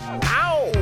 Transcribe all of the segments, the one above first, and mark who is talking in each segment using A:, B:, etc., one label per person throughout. A: Ow!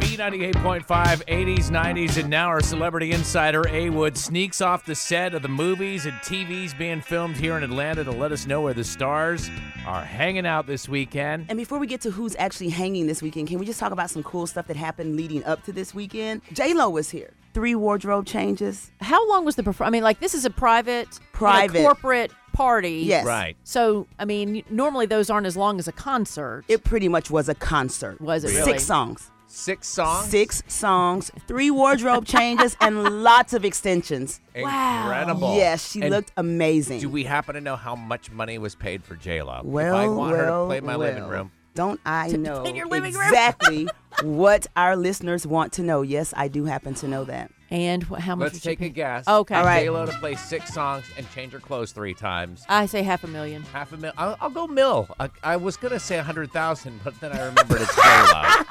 A: B98.5, 80s, 90s, and now our celebrity insider, A Wood, sneaks off the set of the movies and TVs being filmed here in Atlanta to let us know where the stars are hanging out this weekend.
B: And before we get to who's actually hanging this weekend, can we just talk about some cool stuff that happened leading up to this weekend? J Lo was here. Three wardrobe changes.
C: How long was the perform? I mean, like this is a private, you know,
B: Private.
C: corporate party.
B: Yes.
A: Right.
C: So I mean, normally those aren't as long as a concert.
B: It pretty much was a concert.
C: Was it really?
B: Six songs.
A: Six songs.
B: Six songs, three wardrobe changes, and lots of extensions.
A: Incredible.
B: Yes, she
A: And
B: looked amazing.
A: Do we happen to know how much money was paid for J-Lo?
B: well,
A: if I want her
B: well,
A: to play my living
B: well.
A: room.
B: Don't I know
C: in your living room?
B: exactly what our listeners want to know? Yes, I do happen to know that.
C: and wh- how much?
A: Let's
C: did you
A: take a
C: pay?
A: guess.
C: Okay.
B: All right.
A: J-Lo to play six songs and change her clothes three times.
C: I say half a million.
A: Half a mil. I'll, I'll go mil. I, I was gonna say a hundred thousand, but then I remembered it's J-Lo.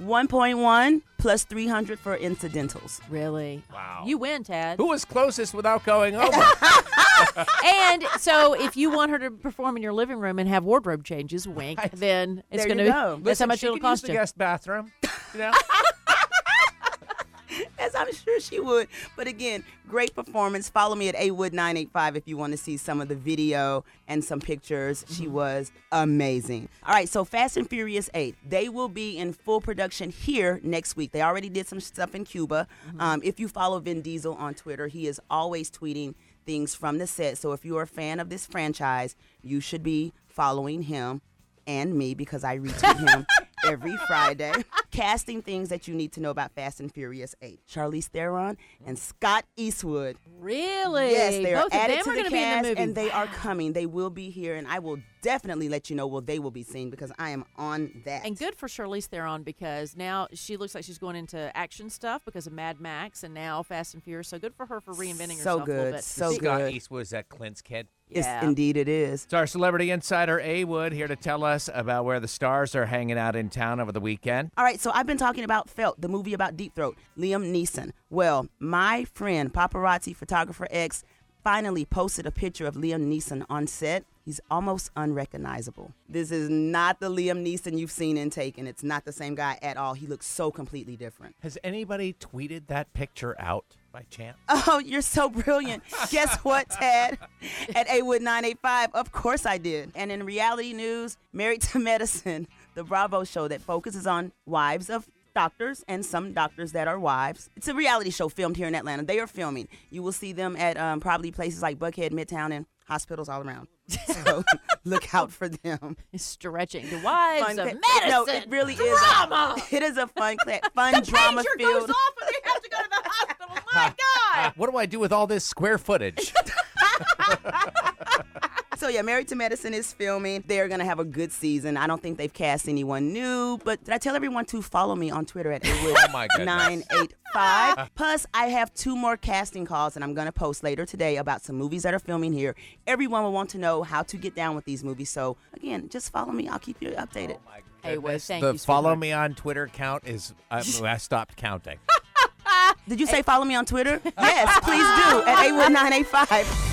B: 1.1 plus 300 for incidentals.
C: Really?
A: Wow.
C: You win, Tad.
A: Who was closest without going over?
C: And so, if you want her to perform in your living room and have wardrobe changes, wink, then it's
B: There
C: going to
B: you
C: be
B: go.
C: that's
A: Listen,
C: how much
A: she
C: it'll
A: can use
C: cost
A: the
C: you.
A: guest bathroom. You know?
B: as I'm sure she would. But again, great performance. Follow me at awood985 if you want to see some of the video and some pictures. She was amazing. All right, so Fast and Furious 8, they will be in full production here next week. They already did some stuff in Cuba. Um, if you follow Vin Diesel on Twitter, he is always tweeting things from the set. So if you're a fan of this franchise, you should be following him and me because I retweet him every Friday. Casting things that you need to know about Fast and Furious 8. Charlize Theron and Scott Eastwood.
C: Really?
B: Yes, they are
C: Both
B: added
C: of them
B: to
C: are
B: the
C: gonna be in
B: cast
C: the movie.
B: and they are coming. They will be here and I will definitely let you know where they will be seen because I am on that.
C: And good for Charlize Theron because now she looks like she's going into action stuff because of Mad Max and now Fast and Furious. So good for her for reinventing
B: So
C: herself a little
B: good.
C: bit.
B: So
A: Scott
B: good.
A: Eastwood was that Clint's kid.
B: It's-
C: Yeah.
B: indeed it is.
A: It's our celebrity insider A Wood here to tell us about where the stars are hanging out in town over the weekend.
B: All right, so I've been talking about Felt, the movie about Deep Throat, Liam Neeson. Well, my friend, paparazzi photographer X, finally posted a picture of Liam Neeson on set. He's almost unrecognizable. This is not the Liam Neeson you've seen in Taken. It's not the same guy at all. He looks so completely different.
A: Has anybody tweeted that picture out by chance?
B: Oh, you're so brilliant. Guess what, Tad? At Awood985, of course I did. And in reality news, Married to Medicine, the Bravo show that focuses on wives of doctors and some doctors that are wives. It's a reality show filmed here in Atlanta. They are filming. You will see them at um, probably places like Buckhead, Midtown, and hospitals all around. So look out for them.
C: It's stretching. The wives
B: Fun
C: of
B: fact-
C: medicine.
B: No, it really
C: drama.
B: is. A, it is a fun, cla- fun drama
C: Pager goes
B: filled.
C: off and they have to go to the hospital. My God.
A: Uh, What do I do with all this square footage?
B: So yeah, Married to Medicine is filming. They're gonna have a good season. I don't think they've cast anyone new, but did I tell everyone to follow me on Twitter at
A: Oh, my goodness.
B: awood985. Plus, I have two more casting calls, and I'm gonna post later today about some movies that are filming here. Everyone will want to know how to get down with these movies. So again, just follow me. I'll keep you updated.
C: Hey, wait, thank
A: the
C: you.
A: follow
C: sweetheart.
A: me on Twitter count is I, I stopped counting.
B: Did you say follow me on Twitter? yes, please do at awood985.